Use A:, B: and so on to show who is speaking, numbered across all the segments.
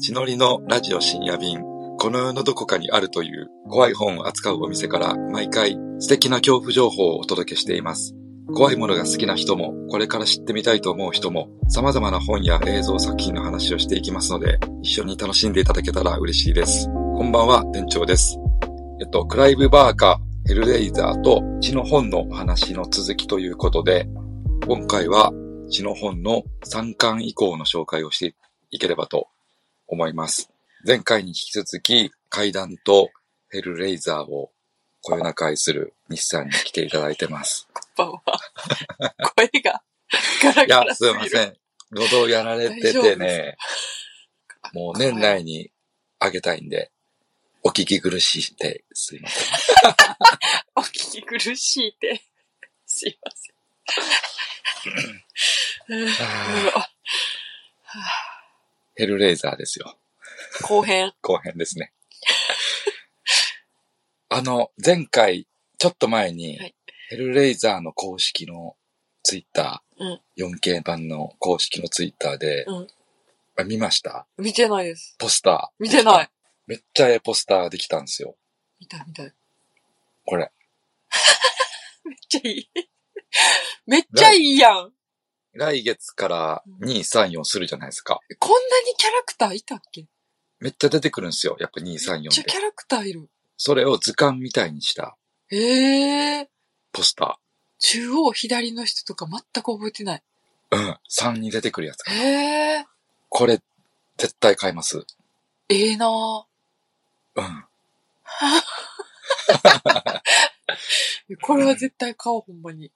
A: 地のりのラジオ深夜便、この世のどこかにあるという怖い本を扱うお店から毎回素敵な恐怖情報をお届けしています。怖いものが好きな人も、これから知ってみたいと思う人も、様々な本や映像作品の話をしていきますので、一緒に楽しんでいただけたら嬉しいです。こんばんは、店長です。えっと、クライブ・バーカー、ヘルレイザーと血の本のお話の続きということで、今回は血の本の3巻以降の紹介をしていければと思います。前回に引き続き、階段とヘルレイザーをこよなく愛する西さんに来ていただいてます。
B: ばんは。声がガラ
A: いや
B: ガ、ラ
A: すい
B: ぎ
A: ま
B: る
A: せん。喉をやられて
B: 大丈
A: て
B: 夫で
A: ね、もう年内にあげたいんで、お聞き苦しいって、すいません。
B: お聞き苦しいって。 すいません。うわ
A: ヘルレイザーですよ。
B: 後編。
A: 後編ですね。あの、前回、ちょっと前に
B: はい、
A: ヘルレイザーの公式のツイッタ
B: う
A: ー
B: ん、
A: 4K 版の公式のツイッターで
B: うん、
A: あ見ました
B: 見てないです。
A: ポスター。
B: 見てない。
A: めっちゃええポスターできたんですよ。
B: 見た見た。めっ
A: これ。
B: ちゃいい。 めっちゃいいやん。こんなに
A: 来月から2、3、4するじゃないですか。
B: キャラクターいたっけ
A: めっちゃ出てくるんですよ。やっぱ2、3、
B: めっち
A: 4
B: ゃ
A: で
B: キ。ャラクターいる。
A: それを図鑑みたいにした
B: へえ。
A: ポスタ
B: 中央左の人とか全く覚えてない。
A: ー。うん。3に出てくるやつ。
B: へえ。
A: これ、絶対買います。
B: ええなぁ。
A: うん。
B: いやこれは絶対買おう、ほんまに。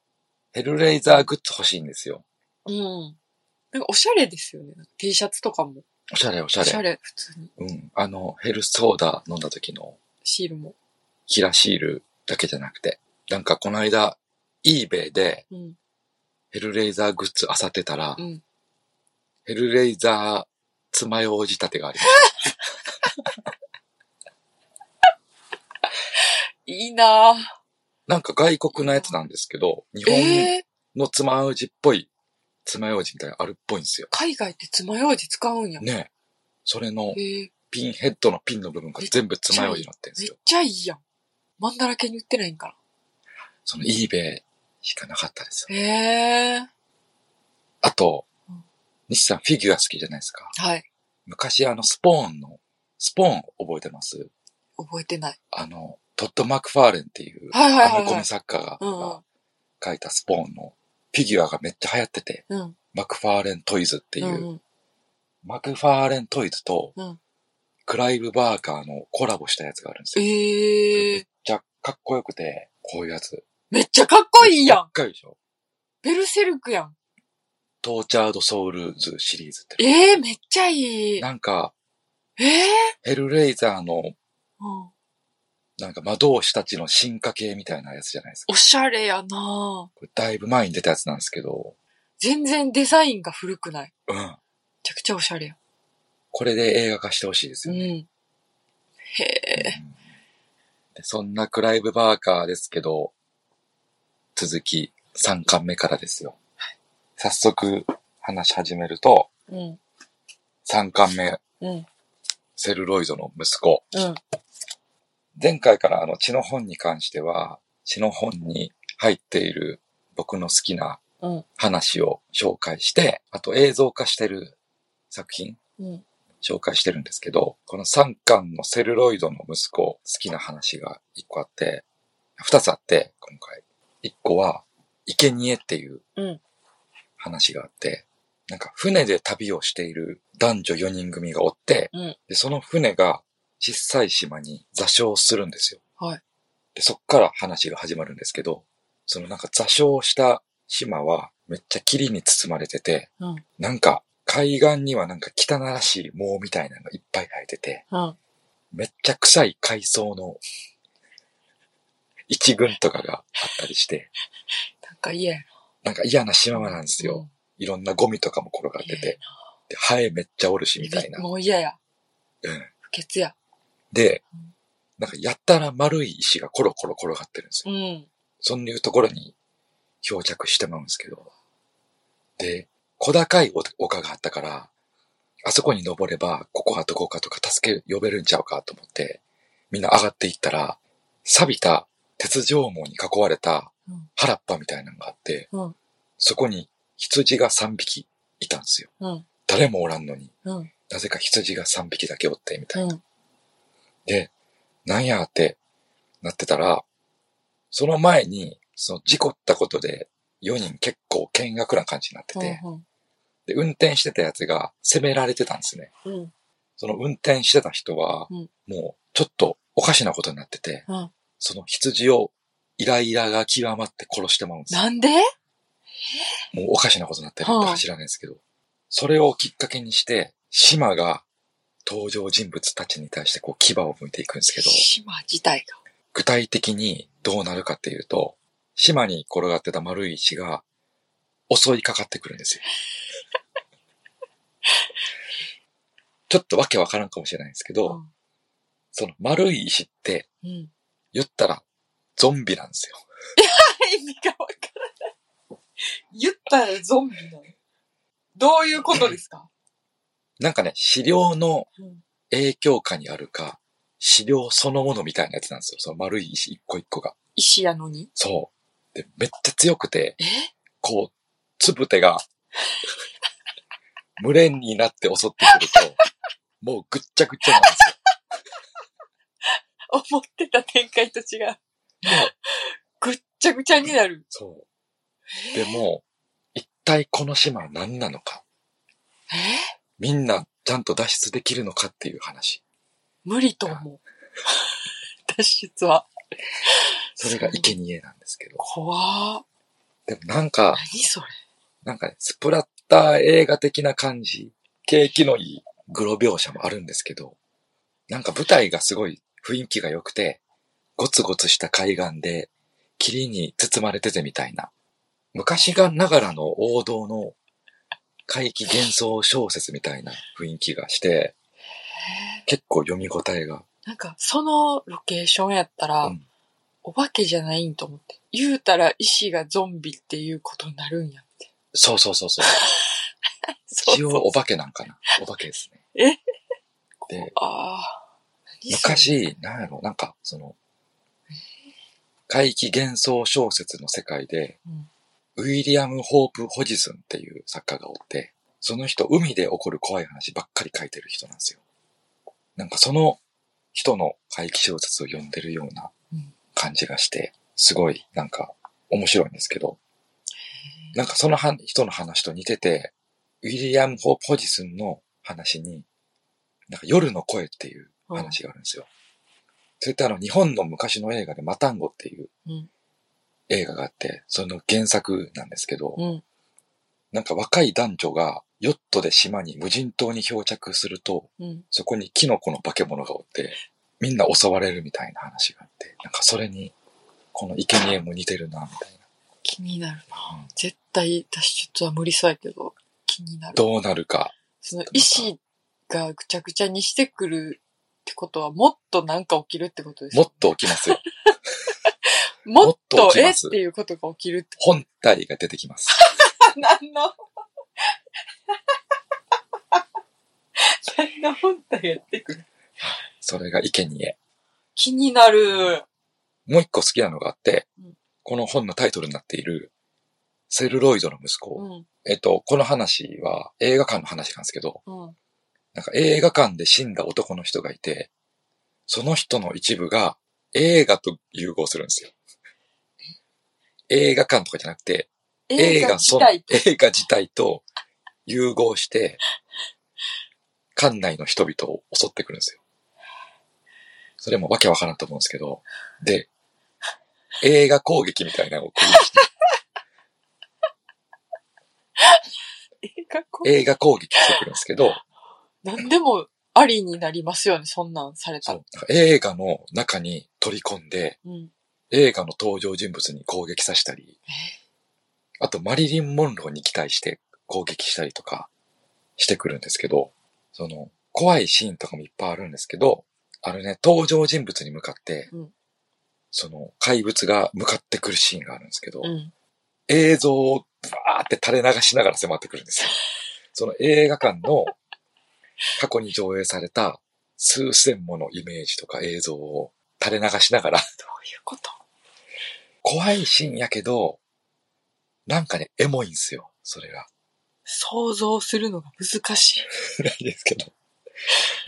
A: ヘルレイザーグッズ欲しいんですよ。
B: うん。なんかおしゃれですよね。なんか T シャツとかも。
A: おしゃれおしゃ
B: お
A: れ。
B: しゃれ、普通に。
A: うん。あの、ヘルソーダ飲んだ時の
B: シールも。
A: キラシールだけじゃなくて。なんかこの間、eBay で
B: うん。
A: ヘルレイザーグッズ漁ってたら、
B: うん。
A: ヘルレイザー爪楊枝立てがありま し
B: いいなぁ。
A: た。なんか外国のやつなんですけど、日本
B: ええ
A: の爪楊枝っぽい、爪楊枝みたいなのあるっぽいんですよ。
B: 海外って爪楊枝使うんや。
A: ねえ。それの
B: ええ
A: ピンヘッドのピンの部分が全部爪楊枝になってるんで
B: め
A: す
B: っ
A: よ。
B: ちゃいいやん。まんだらけに売ってないんか
A: その eBay しかなかったですよ。
B: な。ええ
A: あと
B: うん、
A: 西さんフィギュア好きじゃないですか。
B: はい。
A: 昔あのスポーンの、スポーン覚えてます
B: 覚えてない。
A: あの、トッド・マクファーレンっていう、
B: はいはいは
A: ア
B: い、
A: メコ
B: はい
A: ミ。作家
B: うんうん
A: が書いたスポーンのフィギュアがめっちゃ流行ってて、
B: うん。
A: マクファーレントイズっていうう、
B: んうん。
A: マクファーレントイズと
B: うん
A: クライブ・バーカーのコラボしたやつがあるんですよ。
B: ええ
A: めっちゃかっこよくて、こういうやつ。
B: めっちゃかっこいいや
A: か
B: ん
A: っ。こいいでしょ
B: ベルセルクやん。
A: トーチャード・ソウルズシリーズって。
B: ええめっちゃいい。え
A: なんか、
B: え
A: ヘルレイザーの、
B: うん。
A: なんか魔導士たちの進化系みたいなやつじゃないですか。
B: おしゃれやなぁ。
A: これだいぶ前に出たやつなんですけど、
B: 全然デザインが古くない。め
A: うん。
B: ちゃくちゃおしゃれやん。
A: これで映画化してほしいです
B: う
A: よ
B: ん。
A: ね。
B: へえ。
A: うんでそんなクライブ・バーカーですけど、続き3巻目からですよ。早速話し始めると、
B: うん。
A: 3巻目、
B: うん。
A: セルロイドの息子。
B: うん。
A: 前回からあの血の本に関しては、血の本に入っている僕の好きな
B: うん
A: 話を紹介して、あと映像化してる作品
B: うん。
A: 紹介してるんですけど、この3巻のセルロイドの息子、好きな話が1個あって、2つあって、今回。1個は、生贄っていう
B: うん
A: 話があって、なんか船で旅をしている男女4人組がおって、
B: うん
A: でその船が小さい島に座礁するんですよ。
B: はい
A: でそっから話が始まるんですけど、そのなんか座礁した島はめっちゃ霧に包まれてて、
B: うん
A: なんか海岸にはなんか汚らしい藻みたいなのがいっぱい生えてて、
B: うん。
A: めっちゃ臭い海藻の一群とかがあったりして、
B: なんか嫌や
A: なんか嫌な島なんです
B: う
A: よ。
B: ん
A: いろんなゴミとかも転がって
B: 嫌や
A: て、でハエめっちゃおるしみたいな。
B: もう嫌や。
A: うん
B: 不潔や。
A: で
B: うん、
A: なんかやったら丸い石がコロコロ転がってるんですよ。
B: うん。
A: そんいうところに漂着してまうんですけど。で、小高いお丘があったから、あそこに登れば、ここはどこかとか助け呼べるんちゃうかと思って、みんな上がっていったら、錆びた鉄条網に囲われた
B: うん
A: 原っぱみたいなのがあって、
B: うん
A: そこに羊が3匹いたんですよ。
B: うん。
A: 誰もおらんのに、
B: うん。
A: なぜか羊が3匹だけおって、みたいな。
B: うん。
A: で、なんやってなってたら、その前に、その事故ったことで4人結構見学な感じになってて、で、運転してたやつが責められてたんですね。
B: うん。
A: その運転してた人は、
B: うん
A: もうちょっとおかしなことになってて、
B: うん
A: その羊をイライラが極まって殺してまうんですよ。
B: なんで
A: もうおかしなことになってるって
B: はあ
A: 走らないんですけど、それをきっかけにして、島が登場人物たちに対してこう牙を向いていくんですけど、
B: 島自体が。
A: 具体的にどうなるかっていうと、島に転がってた丸い石が襲いかかってくるんですよ。ちょっとわけわからんかもしれないんですけど、その丸い石って
B: うん。うん。
A: 言ったらゾンビなんですよ。
B: 意味がわからない。言ったらゾンビなの。どういうことですか
A: なんかね、資料の
B: うん
A: 影響下にあるか、資料そのものみたいなやつなんですよ。その丸い石一個一個が。
B: 石やのに。
A: そう。で、めっちゃ強くて、
B: え
A: こう、つぶてが、群れになって襲ってくると、もうぐっちゃぐちゃなんです
B: 思ってた展開と違う。
A: よ。もう
B: ぐっちゃぐちゃになる。
A: そう。でも、一体この島は何なのか。
B: え
A: みんなちゃんと脱出できるのかっていう話。
B: 無理と思う。脱出は。
A: それが生贄なんですけど。
B: 怖っ
A: でもなんか、
B: 何それ。
A: なんかね、スプラッター映画的な感じ、景気のいいグロ描写もあるんですけど、なんか舞台がすごい雰囲気が良くて、ゴツゴツした海岸で、霧に包まれててみたいな、昔がながらの王道の怪奇幻想小説みたいな雰囲気がして、結構読み応えが。
B: なんか、そのロケーションやったら、
A: うん
B: お化けじゃないんと思って。言うたら石がゾンビっていうことになるんやって。
A: そうそうそうそう。
B: そう
A: 一
B: そう
A: 応お化けなんかな。お化けですね。
B: え
A: で、
B: ああ。何それ。
A: 昔、なんやろ、なんか、その、怪奇幻想小説の世界で、
B: うん
A: ウィリアム・ホープ・ホジソンっていう作家がおって、その人、海で起こる怖い話ばっかり書いてる人なんですよ。なんかその人の怪奇小説を読んでるような
B: うん
A: 感じがして、すごい、なんか、面白いんですけど、なんかそのは人の話と似てて、ウィリアム・ホープ・ホジソンの話に、なんか夜の声っていう話があるんですよ。それってあの、日本の昔の映画でマタンゴっていう
B: うん
A: 映画があって、その原作なんですけど、
B: うん。
A: なんか若い男女がヨットで島に無人島に漂着すると、
B: うん。
A: そこにキノコの化け物がおって、みんな襲われるみたいな話があって、なんかそれに、この生贄も似てるな、みたい
B: 気になるな。
A: な。
B: 絶対脱出は無理そうやけど、気になる。
A: どうなるか。
B: その石がぐちゃぐちゃにしてくるってことは、もっとなんか起きるってことです
A: も
B: よ
A: っと起きますよ。
B: もっ
A: もっと
B: と
A: 起き
B: え
A: ま
B: っ
A: す
B: ていうことが起きるって。
A: 本体が出てきます。
B: 何の 何の本体やってくる
A: それが生贄。
B: 気になる。
A: もう一個好きなのがあって
B: うん、
A: この本のタイトルになっている、セルロイドの息子。
B: うん、
A: えっと、この話は映画館の話なんですけど、
B: うん、
A: なんか映画館で死んだ男の人がいて、その人の一部が映画と融合するんですよ。映画館とかじゃなくて、
B: 映画
A: そ
B: 自体。
A: 映画自体と融合して、館内の人々を襲ってくるんですよ。それもわけわからんと思うんですけど、で、映画攻撃みたいなのを繰り返して、
B: 映画こ
A: 映画攻撃してくるんですけど、
B: 何でもありになりますよね、そんなんされ
A: そ
B: たら
A: う。なんか映画の中に取り込んで、
B: うん。
A: 映画の登場人物に攻撃させたり、あとマリリン・モンローに期待して攻撃したりとかしてくるんですけど、その、怖いシーンとかもいっぱいあるんですけど、あのね、登場人物に向かって、
B: うん
A: その怪物が向かってくるシーンがあるんですけど、
B: うん。
A: 映 像をバーって垂れ流しながら迫ってくるんですよ。その映画館の過去に上映された数千ものイメージとか映像を垂れ流しながら、
B: いうこと
A: 怖いシーンやけど、なんかね、エモいんすよ、それが。
B: 想像するのが難しい。
A: ないですけど。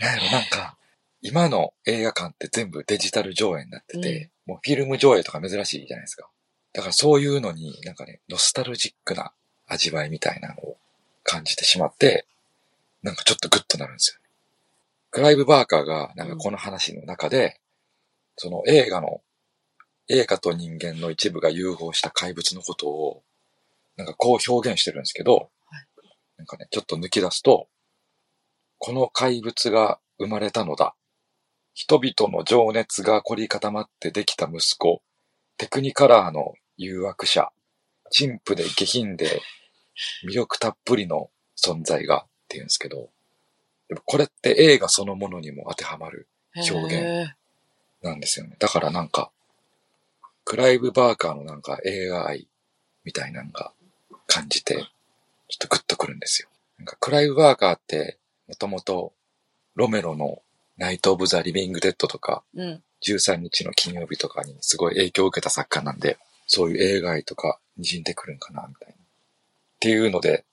A: なんやろ、なんか、今の映画館って全部デジタル上映になってて、もうフィルム上映とか珍しいじゃないですか。だからそういうのになんかね、ノスタルジックな味わいみたいなのを感じてしまって、なんかちょっとグッとなるんですよね。クライブ・バーカーがなんかこの話の中で、その映画の、映画と人間の一部が融合した怪物のことを、なんかこう表現してるんですけど、
B: はい
A: なんかね、ちょっと抜き出すと、この怪物が生まれたのだ。人々の情熱が凝り固まってできた息子、テクニカラーの誘惑者、陳腐で下品で魅力たっぷりの存在がっていうんですけど、でもこれって映画そのものにも当てはまる表現
B: 現。
A: なんですよね。だからなんか、クライブ・バーカーのなんか映画愛みたいなのが感じて、ちょっとグッとくるんですよ。なんかクライブ・バーカーって、もともとロメロのナイト・オブ・ザ・リビング・デッドとか、
B: うん。
A: 13日の金曜日とかにすごい影響を受けた作家なんで、そういう映画愛とか滲んでくるんかな、みたいな。っていうので、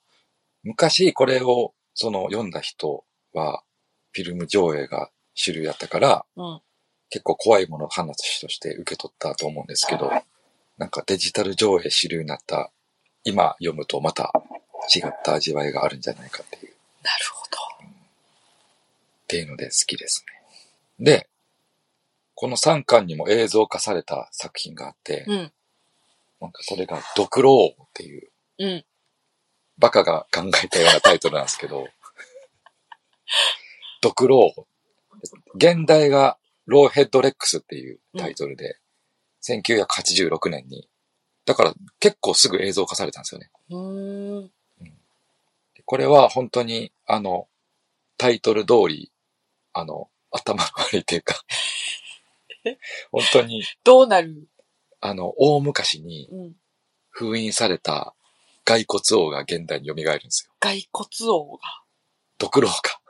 A: 昔これをその読んだ人は、フィルム上映が主流やったから、
B: うん。
A: 結構怖いものの話として受け取ったと思うんですけど、なんかデジタル上映主流になった、今読むとまた違った味わいがあるんじゃないかっていう、っ
B: なるほど。
A: ていうので好きですね。で、この3巻にも映像化された作品があって、
B: うん。
A: なんかそれがドクロ王っていう、
B: うん。
A: バカが考えたようなタイトルなんですけ ど、ドクロ王。現代がローヘッドレックスっていうタイトルで、1986年に、だから結構すぐ映像化されたんですよね。
B: うーん。
A: これは本当に、あの、タイトル通り、あの、頭の悪いという か、本当に、
B: どうなる
A: あの、大昔に
B: うん。
A: 封印された骸骨王が現代に蘇るんですよ。
B: 骸骨王が。
A: ドクロか。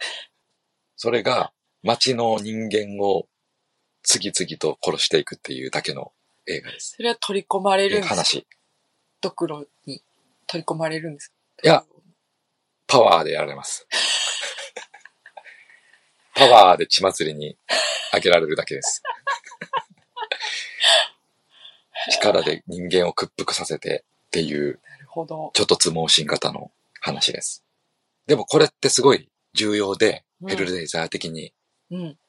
A: それが街の人間を次々と殺していくっていうだけの映画です。
B: それは取り込まれるんですか
A: 話。
B: ドクロに取り込まれるんですか
A: いや。パワーでやられます。 パワーで血祭りにあげられるだけです。 力で人間を屈服させてっていう
B: なるほど。
A: ちょっとつ盲信型の話です。でもこれってすごい重要で、
B: うん
A: ヘルレイザー的に
B: うん。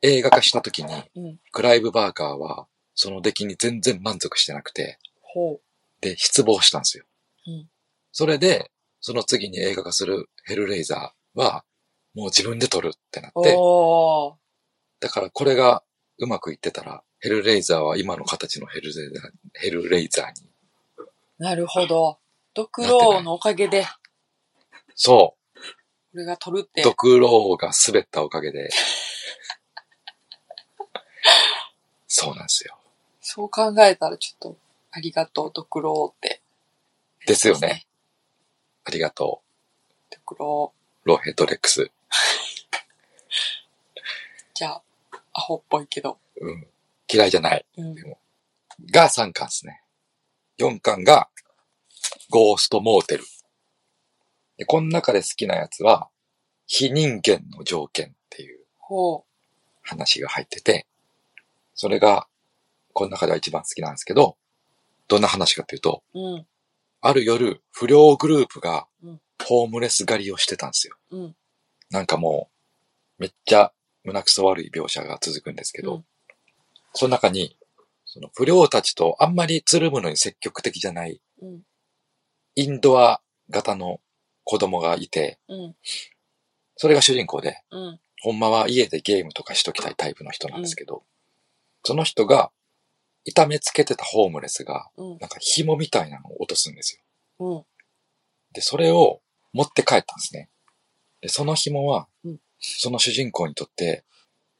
A: 映画化した時に
B: うん。
A: クライブ・バーカーは、その出来に全然満足してなくて、
B: ほ
A: で、失望したんですよ。
B: うん
A: それで、その次に映画化するヘルレイザーは、もう自分で撮るってな
B: う。
A: って、
B: おー。
A: だからこれがうまくいってたら、ヘルレイザーは今の形のヘルレイザーヘルレイザーに。
B: なるほど。ドクロ王のおかげで、
A: そ
B: 俺が取る
A: う、
B: って。
A: ドクローが滑ったおかげ で。そうなんですよ。
B: そう考えたらちょっと、ありがとう、ドクロ王って。
A: ですよね。ありがと
B: ドクロ
A: う、ローヘッドレックス。
B: 王。じゃあ、アホっぽいけど。
A: うん。嫌いじゃない。
B: うん。
A: が3巻ですね。4巻が、ゴーストモーテル。で、この中で好きなやつは、非人間の条件っていう
B: ほ
A: 話が入ってて、それが、この中では一番好きなんですけど、どんな話かっていうと、
B: う。うん。
A: ある夜、不良グループが
B: うん、
A: ホームレス狩りをしてたんですよ。
B: うん。
A: なんかもう、めっちゃ胸くそ悪い描写が続くんですけど、
B: うん
A: その中に、その不良たちとあんまりつるむのに積極的じゃない
B: うん。
A: インドア型の子供がいて、
B: うん。
A: それが主人公で、
B: うん。
A: ほんまは家でゲームとかしときたいタイプの人なんですけど、その人が痛めつけてたホームレスが、
B: うん。
A: なんか紐みたいなのを落とすんですよ。
B: うん。
A: で、それを持って帰ったんですね。で、その紐は
B: うん、
A: その主人公にとって、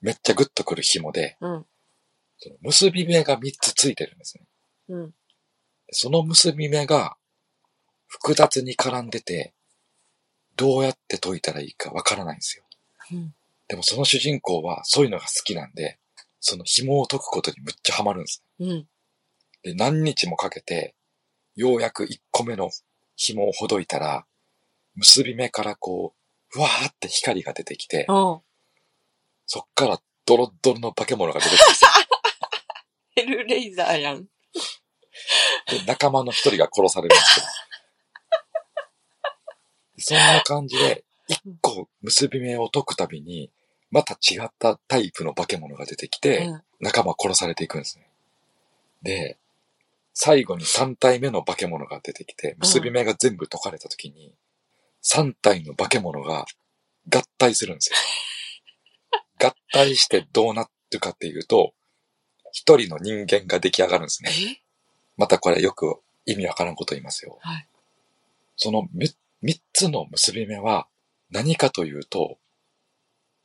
A: めっちゃグッとくる紐で、
B: うん。
A: その結び目が3つついてるんですね。
B: うん。
A: でその結び目が複雑に絡んでて、どうやって解いたらいいかわからないんですよ。
B: うん
A: でもその主人公はそういうのが好きなんで、その紐を解くことにむっちゃハマるんです。
B: うん。
A: で、何日もかけて、ようやく1個目の紐をほどいたら、結び目からこう、ふわーって光が出てきて、
B: うん。
A: そっからドロッドロの化け物が出てくるんです
B: ヘルレイザーやん。
A: よ。で、仲間の一人が殺されるんですけ ど。そんな感じで、一個結び目を解くたびに、また違ったタイプの化け物が出てきて、
B: うん
A: 仲間殺されていくんですね。で、最後に3体目の化け物が出てきて、結び目が全部解かれた時に、3体の化け物が合体するん ですよ。合体してどうなってるかっていうと、一人の人間が出来上がるんですね。
B: え
A: またこれよく意味わからんこと言いますよ。
B: はい
A: そのみ三つの結び目は何かというと、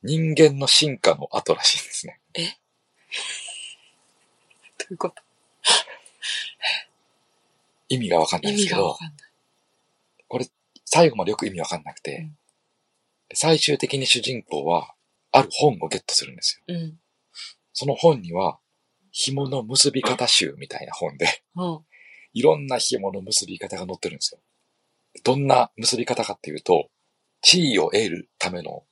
A: 人間の進化の後らしいんですね。
B: どういうこと
A: 意味がわかんない
B: 意
A: んです
B: 味
A: け
B: がわ
A: ど、
B: かんない。
A: 最後までよく意味わかんなく
B: う
A: て
B: ん、
A: 最終的に主人公はある本をゲットするんですよ。
B: うん。
A: その本には、紐の結び方集みたいな本で、
B: うん。
A: いろんな紐の結び方が載ってるんですよ。どんな結び方かっていうと、地位を得るための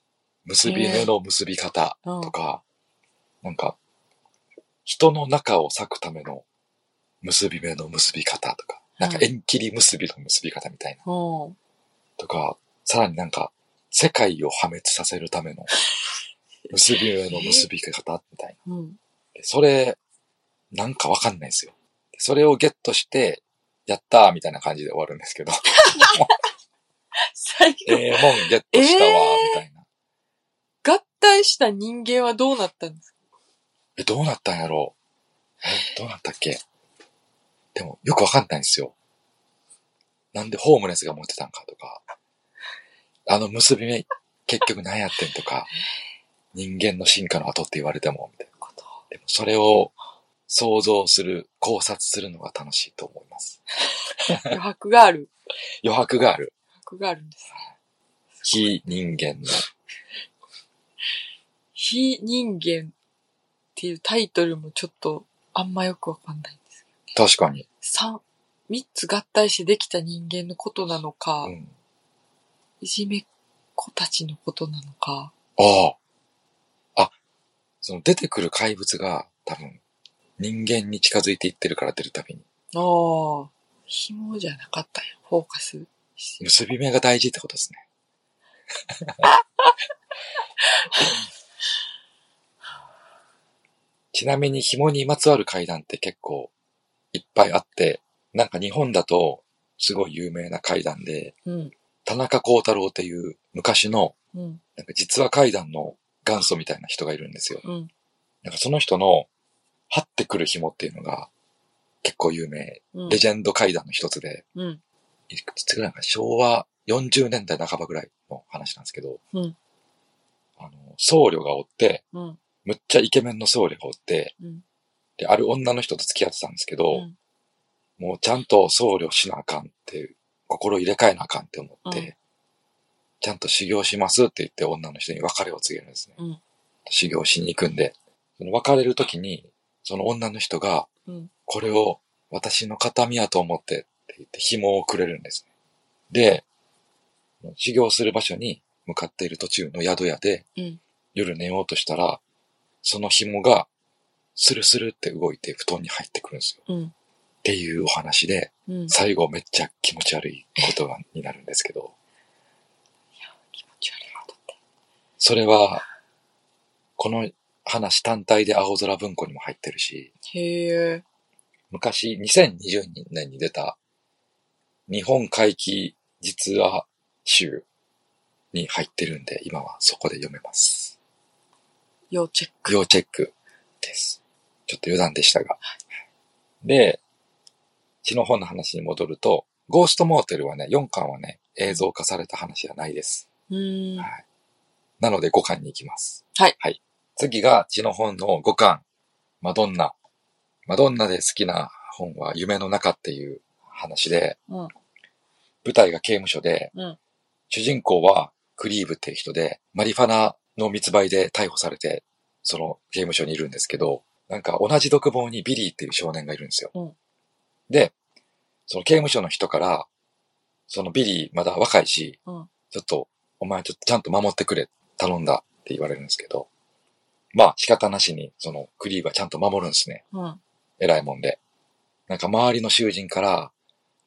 A: 結び目の結び方
B: うん
A: と。か、なんか、人の中を裂くための結び目の結び方とか、なんか
B: うん
A: 縁切り結びの結び方みたいな。
B: うん。
A: とか、さらになんか、世界を破滅させるための結び目の結び方みたいな。
B: うん。
A: でそれ、なんかわかんないですよ。でそれをゲットして、やったーみたいな感じで終わるんですけど、
B: 最後、
A: ええもんゲットしたわーみたいな。
B: 合体した人間はどうなったんですか
A: え、どうなったんやろうえ、どうなったっけでも、よくわかんないんですよ。なんでホームレスが持ってたんかとか、あの結び目、結局何やってんとか、人間の進化の後って言われても、みたいな。
B: こと
A: でも、それを想像する、考察するのが楽しいと思います。
B: 余白がある。
A: 余白がある。
B: 余白があるんです。
A: 非人間の。
B: 非人間っていうタイトルもちょっとあんまよくわかんないんですけど。
A: 確かに。
B: 三、三つ合体してできた人間のことなのか、
A: うん。
B: いじめっ子たちのことなのか。
A: ああ。あ、その出てくる怪物が多分人間に近づいていってるから出るたびに。
B: ああ、紐じゃなかったんや。フォーカス。
A: 結び目が大事ってことです ね。ちなみに紐にまつわる怪談って結構いっぱいあって、なんか日本だとすごい有名な怪談で、
B: うん。
A: 田中幸太郎っていう昔の
B: うん。
A: なんか実話怪談の元祖みたいな人がいるんですよ。
B: うん。
A: なんかその人の、張ってくる紐っていうのが、結構有名。
B: うん
A: レ。ジェンド怪談の一つで、
B: うん。
A: いくつぐらいかな、昭和40年代半ばぐらいの話なんですけど、
B: うん
A: あの僧侶がおって、
B: うん。
A: むっちゃイケメンの僧侶がおって、
B: うん
A: で、ある女の人と付き合ってたんですけど、
B: うん
A: もうちゃんと僧侶しなあかんっていう、心入れ替えなあかんって思って、
B: うん
A: ちゃんと修行しますって言って女の人に別れを告げるんですね。
B: うん
A: 修行しに行くんで、その別れる時に、その女の人が、
B: うん
A: これを私の形見やと思ってって言って紐をくれるんですね。で、修行する場所に向かっている途中の宿屋で、
B: うん
A: 夜寝ようとしたら、その紐が、スルスルって動いて布団に入ってくるんですよ。
B: うん
A: っていうお話で、
B: うん。
A: 最後めっちゃ気持ち悪いことがになるんですけど、
B: 気持ち悪いことって。
A: それは、この話単体で青空文庫にも入ってるし、
B: へえ。
A: 昔2020年に出た日本回帰実話集に入ってるんで、今はそこで読めます。
B: 要チェック。
A: 要チェックです。ちょっと余談でしたが。で、血の本の話に戻ると、ゴーストモーテルはね、4巻はね、映像化された話じゃないです。
B: うーん。
A: はいなので5巻に行きます。
B: はい。
A: はい。次が血の本の5巻、マドンナ。マドンナで好きな本は夢の中っていう話で、
B: うん
A: 舞台が刑務所で、
B: うん
A: 主人公はクリーブっていう人で、マリファナの密売で逮捕されて、その刑務所にいるんですけど、なんか同じ独房にビリーっていう少年がいるんですよ。
B: うん
A: で、その刑務所の人から、そのビリーまだ若いし、
B: うん
A: ちょっと、お前ちょっとちゃんと守ってくれ、頼んだって言われるんですけど、まあ仕方なしに、そのクリーはちゃんと守るんですね。
B: うん。
A: 偉いもんで。なんか周りの囚人から、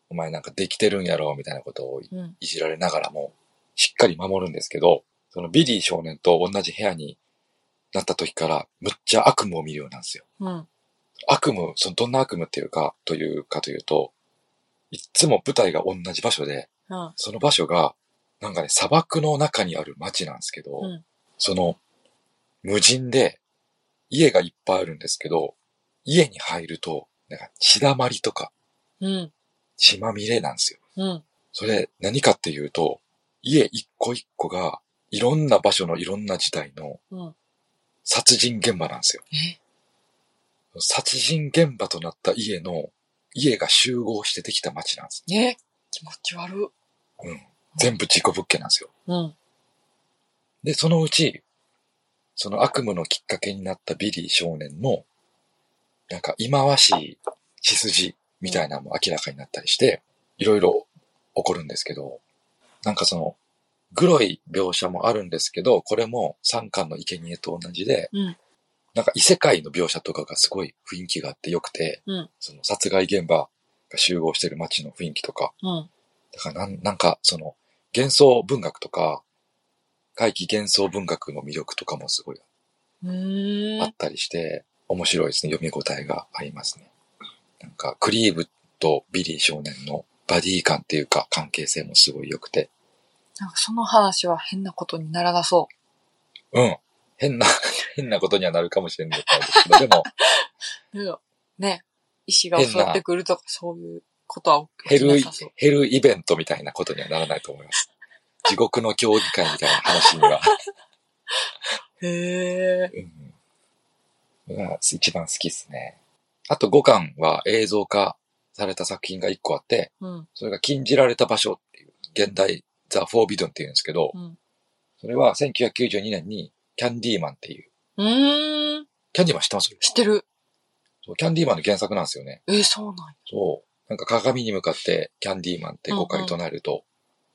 A: お前なんかできてるんやろ、みたいなことを
B: うん。
A: いじられながらも、しっかり守るんですけど、そのビリー少年と同じ部屋になった時から、むっちゃ悪夢を見るようなんですよ。
B: うん。
A: 悪夢、そのどんな悪夢っていうか、というかというと、いっつも舞台が同じ場所で、
B: うん。
A: その場所が、なんかね、砂漠の中にある街なんですけど、
B: うん
A: その、無人で、家がいっぱいあるんですけど、家に入ると、なんか血だまりとか
B: うん。
A: 血まみれなんですよ。
B: うん。
A: それ何かっていうと、家一個一個がいろんな場所のいろんな時代の
B: うん。
A: 殺人現場なんですよ。
B: え
A: 殺人現場となった家の、家が集合してできた街なんです。
B: え気持ち悪っ。
A: うん。全部事故物件なんですよ。
B: うん。
A: で、そのうち、その悪夢のきっかけになったビリー少年の、なんか忌まわしい血筋みたいなのも明らかになったりして、いろいろ起こるんですけど、なんかその、黒い描写もあるんですけど、これも三巻の生贄と同じで、
B: うん
A: なんか異世界の描写とかがすごい雰囲気があって良くて、
B: うん
A: その殺害現場が集合してる街の雰囲気とか、
B: うん。
A: だからなん、なんか、その、幻想文学とか、怪奇幻想文学の魅力とかもすごいう
B: ー
A: あ
B: ん
A: っ。たりして、面白いですね。読み応えがありますね。なんか、クリーブとビリー少年のバディ感っていうか、関係性もすごい良くて。
B: なんかその話は変なことにならなそ
A: うん。変な、 変なことにはなるかもしれないですけど、でも、
B: う。なんかね。石が襲ってくるとかそういうことは
A: 減
B: 起き な
A: る
B: さそう。、
A: 減るイベントみたいなことにはならないと思います。地獄の競技会みたいな話には。
B: へえ。
A: うん。が一番好きですね。あと5巻は映像化された作品が1個あって、
B: うん。
A: それが禁じられた場所っていう、現代ザ・フォービドンっていうんですけど
B: う、ん。
A: それは1992年にキャンディーマンっていう、
B: うーん。
A: キャンディーマン知ってます
B: 知ってる。
A: そうキャンディーマンの原作なんですよね。
B: えー、そうなんや。
A: そう。なんか鏡に向かってキャンディーマンって5
B: うんう
A: 回
B: ん
A: 唱えると、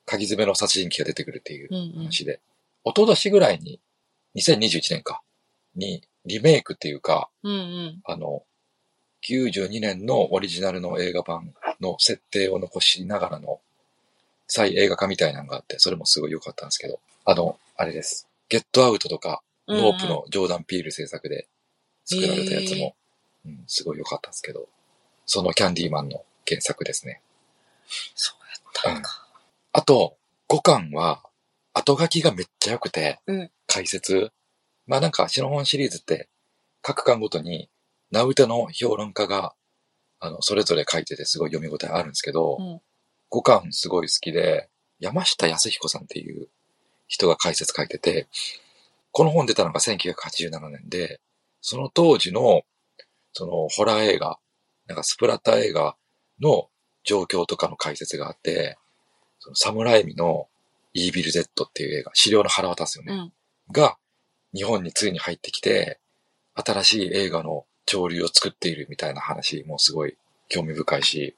A: 鍵詰めの殺人鬼が出てくるっていう
B: うんうん。
A: 話で、一昨年ぐらいに、2021年か、にリメイクっていうか、
B: うんうん。
A: あの、92年のオリジナルの映画版の設定を残しながらの再映画化みたいなのがあって、それもすごい良かったんですけど、あの、あれです。ゲットアウトとか、
B: うんうん
A: ノープのジョーダン・ピール制作で作られたやつも、うん、すごい良かったんですけど、そのキャンディーマンの原作ですね。
B: そうやったんか。
A: あと、5巻は、後書きがめっちゃ良くて、
B: うん
A: 解説。まあなんか、白本シリーズって、各巻ごとに、名歌の評論家が、あの、それぞれ書いててすごい読み応えあるんですけど、
B: うん
A: 5巻すごい好きで、山下康彦さんっていう人が解説書いてて、この本出たのが1987年で、その当時の、その、ホラー映画、なんかスプラッター映画の状況とかの解説があって、そのサムライミのイービル Z っていう映画、資料の腹渡すよね、
B: うん
A: が、日本についに入ってきて、新しい映画の潮流を作っているみたいな話もすごい興味深いし、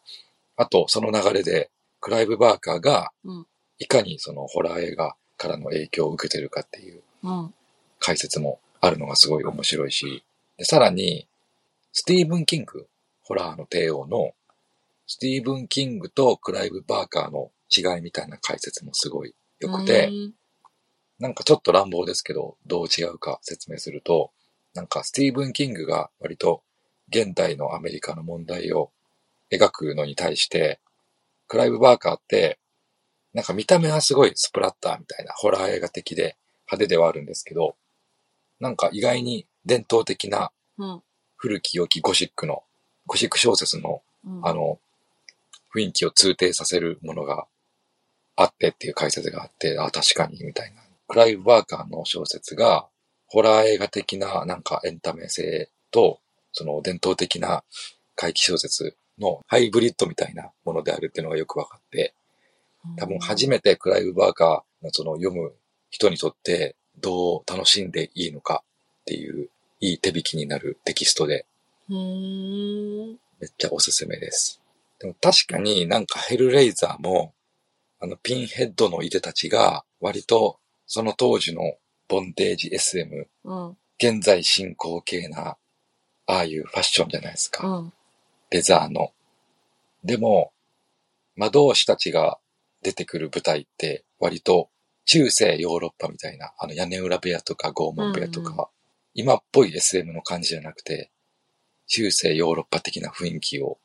A: あと、その流れで、クライブ・バーカーが
B: うん、
A: いかにそのホラー映画からの影響を受けてるかっていう
B: うん。
A: 解説もあるのがすごい面白いし、でさらに、スティーブン・キング、ホラーの帝王の、スティーブン・キングとクライブ・バーカーの違いみたいな解説もすごい良くて、
B: うん
A: なんかちょっと乱暴ですけど、どう違うか説明すると、なんかスティーブン・キングが割と現代のアメリカの問題を描くのに対して、クライブ・バーカーって、なんか見た目はすごいスプラッターみたいなホラー映画的で派手ではあるんですけど、なんか意外に伝統的な
B: うん。
A: 古き良きゴシックの、ゴシック小説の
B: うん
A: あの、雰囲気を通底させるものがあってっていう解説があって、あ、確かに、みたいな。クライブ・バーカーの小説が、ホラー映画的ななんかエンタメ性と、その伝統的な怪奇小説のハイブリッドみたいなものであるっていうのがよく分かって、多分初めてクライブ・バーカーのその読む人にとってどう楽しんでいいのかっていう、いい手引きになるテキストで、
B: うーん。
A: めっちゃおすすめです。でも確かになんかヘルレイザーも、あのピンヘッドのいでたちが、割とその当時のボンテージ SM、
B: うん。
A: 現在進行形な、ああいうファッションじゃないですか。
B: うん。
A: レザーの。でも、魔導士たちが出てくる舞台って、割と中世ヨーロッパみたいな、あの屋根裏部屋とか拷問部屋とか、
B: うんう
A: 今っぽい SM の感じじゃなくて、中世ヨーロッパ的な雰囲気を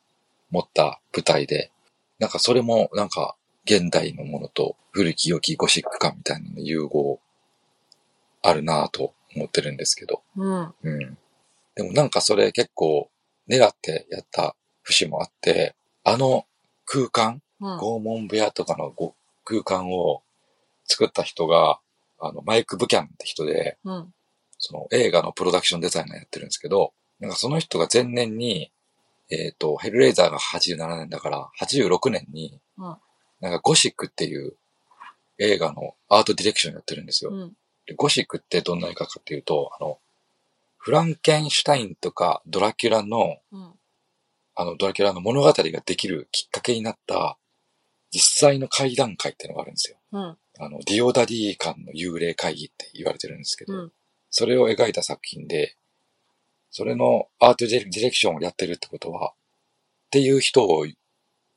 A: 持った舞台で、なんかそれもなんか現代のものと古き良きゴシック感みたいなのの融合あるなぁと思ってるんですけど。
B: うん。
A: うん。でもなんかそれ結構狙ってやった節もあって、あの空間、
B: うん。
A: 拷問部屋とかのご空間を作った人が、あの、マイク・ブキャンって人で、
B: うん。
A: その映画のプロダクションデザイナーやってるんですけど、なんかその人が前年に、えっ、と、ヘルレイザーが87年だから、86年に、
B: うん
A: なんかゴシックっていう映画のアートディレクションやってるんですよ。
B: うん。
A: でゴシックってどんな映画かっていうと、あの、フランケンシュタインとかドラキュラの、
B: うん。
A: あの、ドラキュラの物語ができるきっかけになった、実際の会談会っていうのがあるんですよ。
B: うん。
A: あの、ディオダディ間の幽霊会議って言われてるんですけど、
B: うん
A: それを描いた作品で、それのアートディレクションをやってるってことは、っていう人を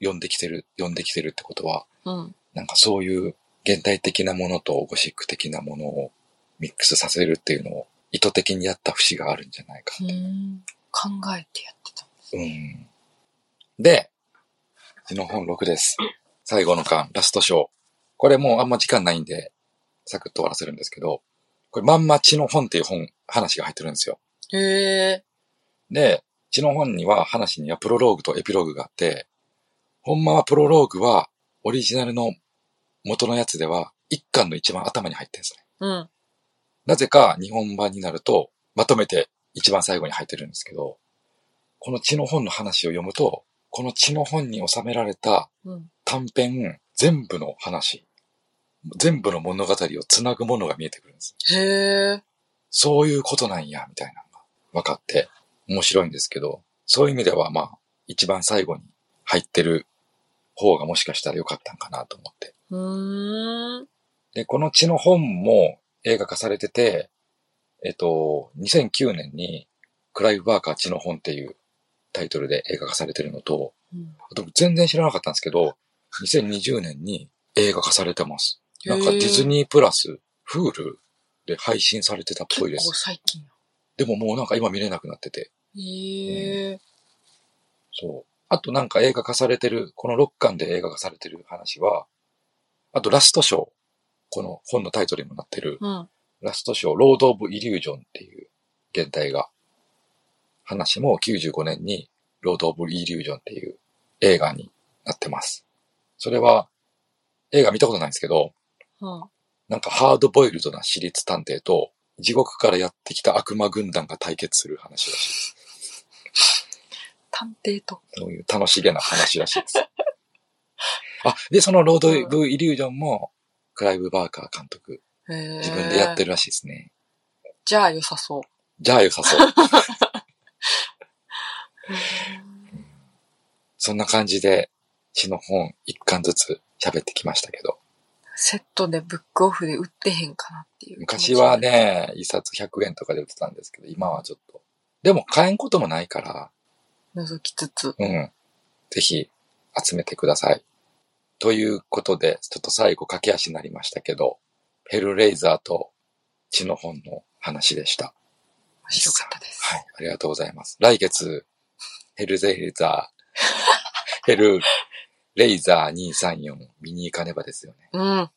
A: 呼んできてる、呼んできてるってことは、
B: うん。
A: なんかそういう現代的なものとゴシック的なものをミックスさせるっていうのを意図的にやった節があるんじゃないか
B: う
A: って。
B: ん。考えてやってた。
A: うん。で、うちの本6です。最後の巻、ラスト章。これもうあんま時間ないんで、サクッと終わらせるんですけど、これまんま血の本っていう本、話が入ってるんですよ。
B: へえ。
A: で、血の本には話にはプロローグとエピローグがあって、ほんまはプロローグはオリジナルの元のやつでは一巻の一番頭に入ってるんですね。
B: うん。
A: なぜか日本版になると、まとめて一番最後に入ってるんですけど、この血の本の話を読むと、この血の本に収められた
B: うん。
A: 短編全部の話、全部の物語をつなぐものが見えてくるんです。
B: へえ。
A: そういうことなんや、みたいなのが分かって面白いんですけど、そういう意味ではまあ、一番最後に入ってる方がもしかしたら良かったんかなと思って。
B: うーん。
A: で、この血の本も映画化されてて、えっと、2009年にクライブ・バーカー血の本っていうタイトルで映画化されてるのと、
B: うん
A: あと全然知らなかったんですけど、2020年に映画化されてます。なんかディズニープラス、フールで配信されてたっぽいで
B: 結構
A: す。
B: 最近や。
A: でももうなんか今見れなくなってて。
B: へえ。
A: そう。あとなんか映画化されてる、この6巻で映画化されてる話は、あとラストショー、この本のタイトルにもなってる、
B: うん。
A: ラストショー、ロード・オブ・イリュージョンっていう現代が、話も95年にロード・オブ・イリュージョンっていう映画になってます。それは映画見たことないんですけど、
B: うん。
A: なんかハードボイルドな私立探偵と地獄からやってきた悪魔軍団が対決する話らしい。
B: 探偵と。
A: そういう楽しげな話らしいです。あ、で、そのロード・オブ・イリュージョンもクライブ・バーカー監督、
B: へえ。
A: 自分でやって
B: る。
A: るらしいですね。
B: じゃあ良さそう。
A: じゃあ良さそう。そんな感じで、詩の本一巻ずつ喋ってきましたけど。
B: セットでブックオフで売ってへんかなっていう。
A: 昔は。ね、一冊100円とかで売ってたんですけど、今はちょっと。でも買えんこともないから、
B: 覗きつつ。
A: うん。ぜひ集めてください。ということで、ちょっと最後駆け足になりましたけど、ヘルレイザーと血の本の話でした。
B: 面白かったです。
A: はい、ありがとうございます。来月、ヘルゼイザー、ヘルレイザー234見に行かねばですよね。
B: うん。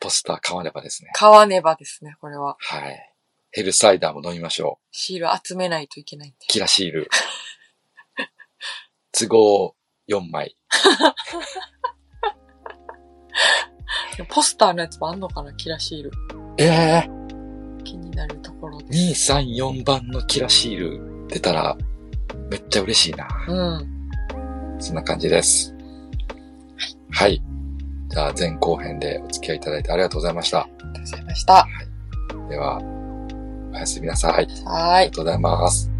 A: ポスター買わねばですね。
B: 買わねばですね、これは。
A: はい。ヘルサイダーも飲みましょう。
B: シール集めないといけないんで。
A: キラシール。 都合4枚。
B: でもポスターのやつもあんのかな、キラシール。
A: ええ
B: 気になるところで。
A: ー、234番のキラシール出たら、めっちゃ嬉しいな。
B: うん。
A: そんな感じです。はい。じゃあ前後編でお付き合いいただいてありがとうございました。
B: ありがとうございました。
A: では、おやすみなさい。あり
B: はー
A: が。
B: い
A: とうございます。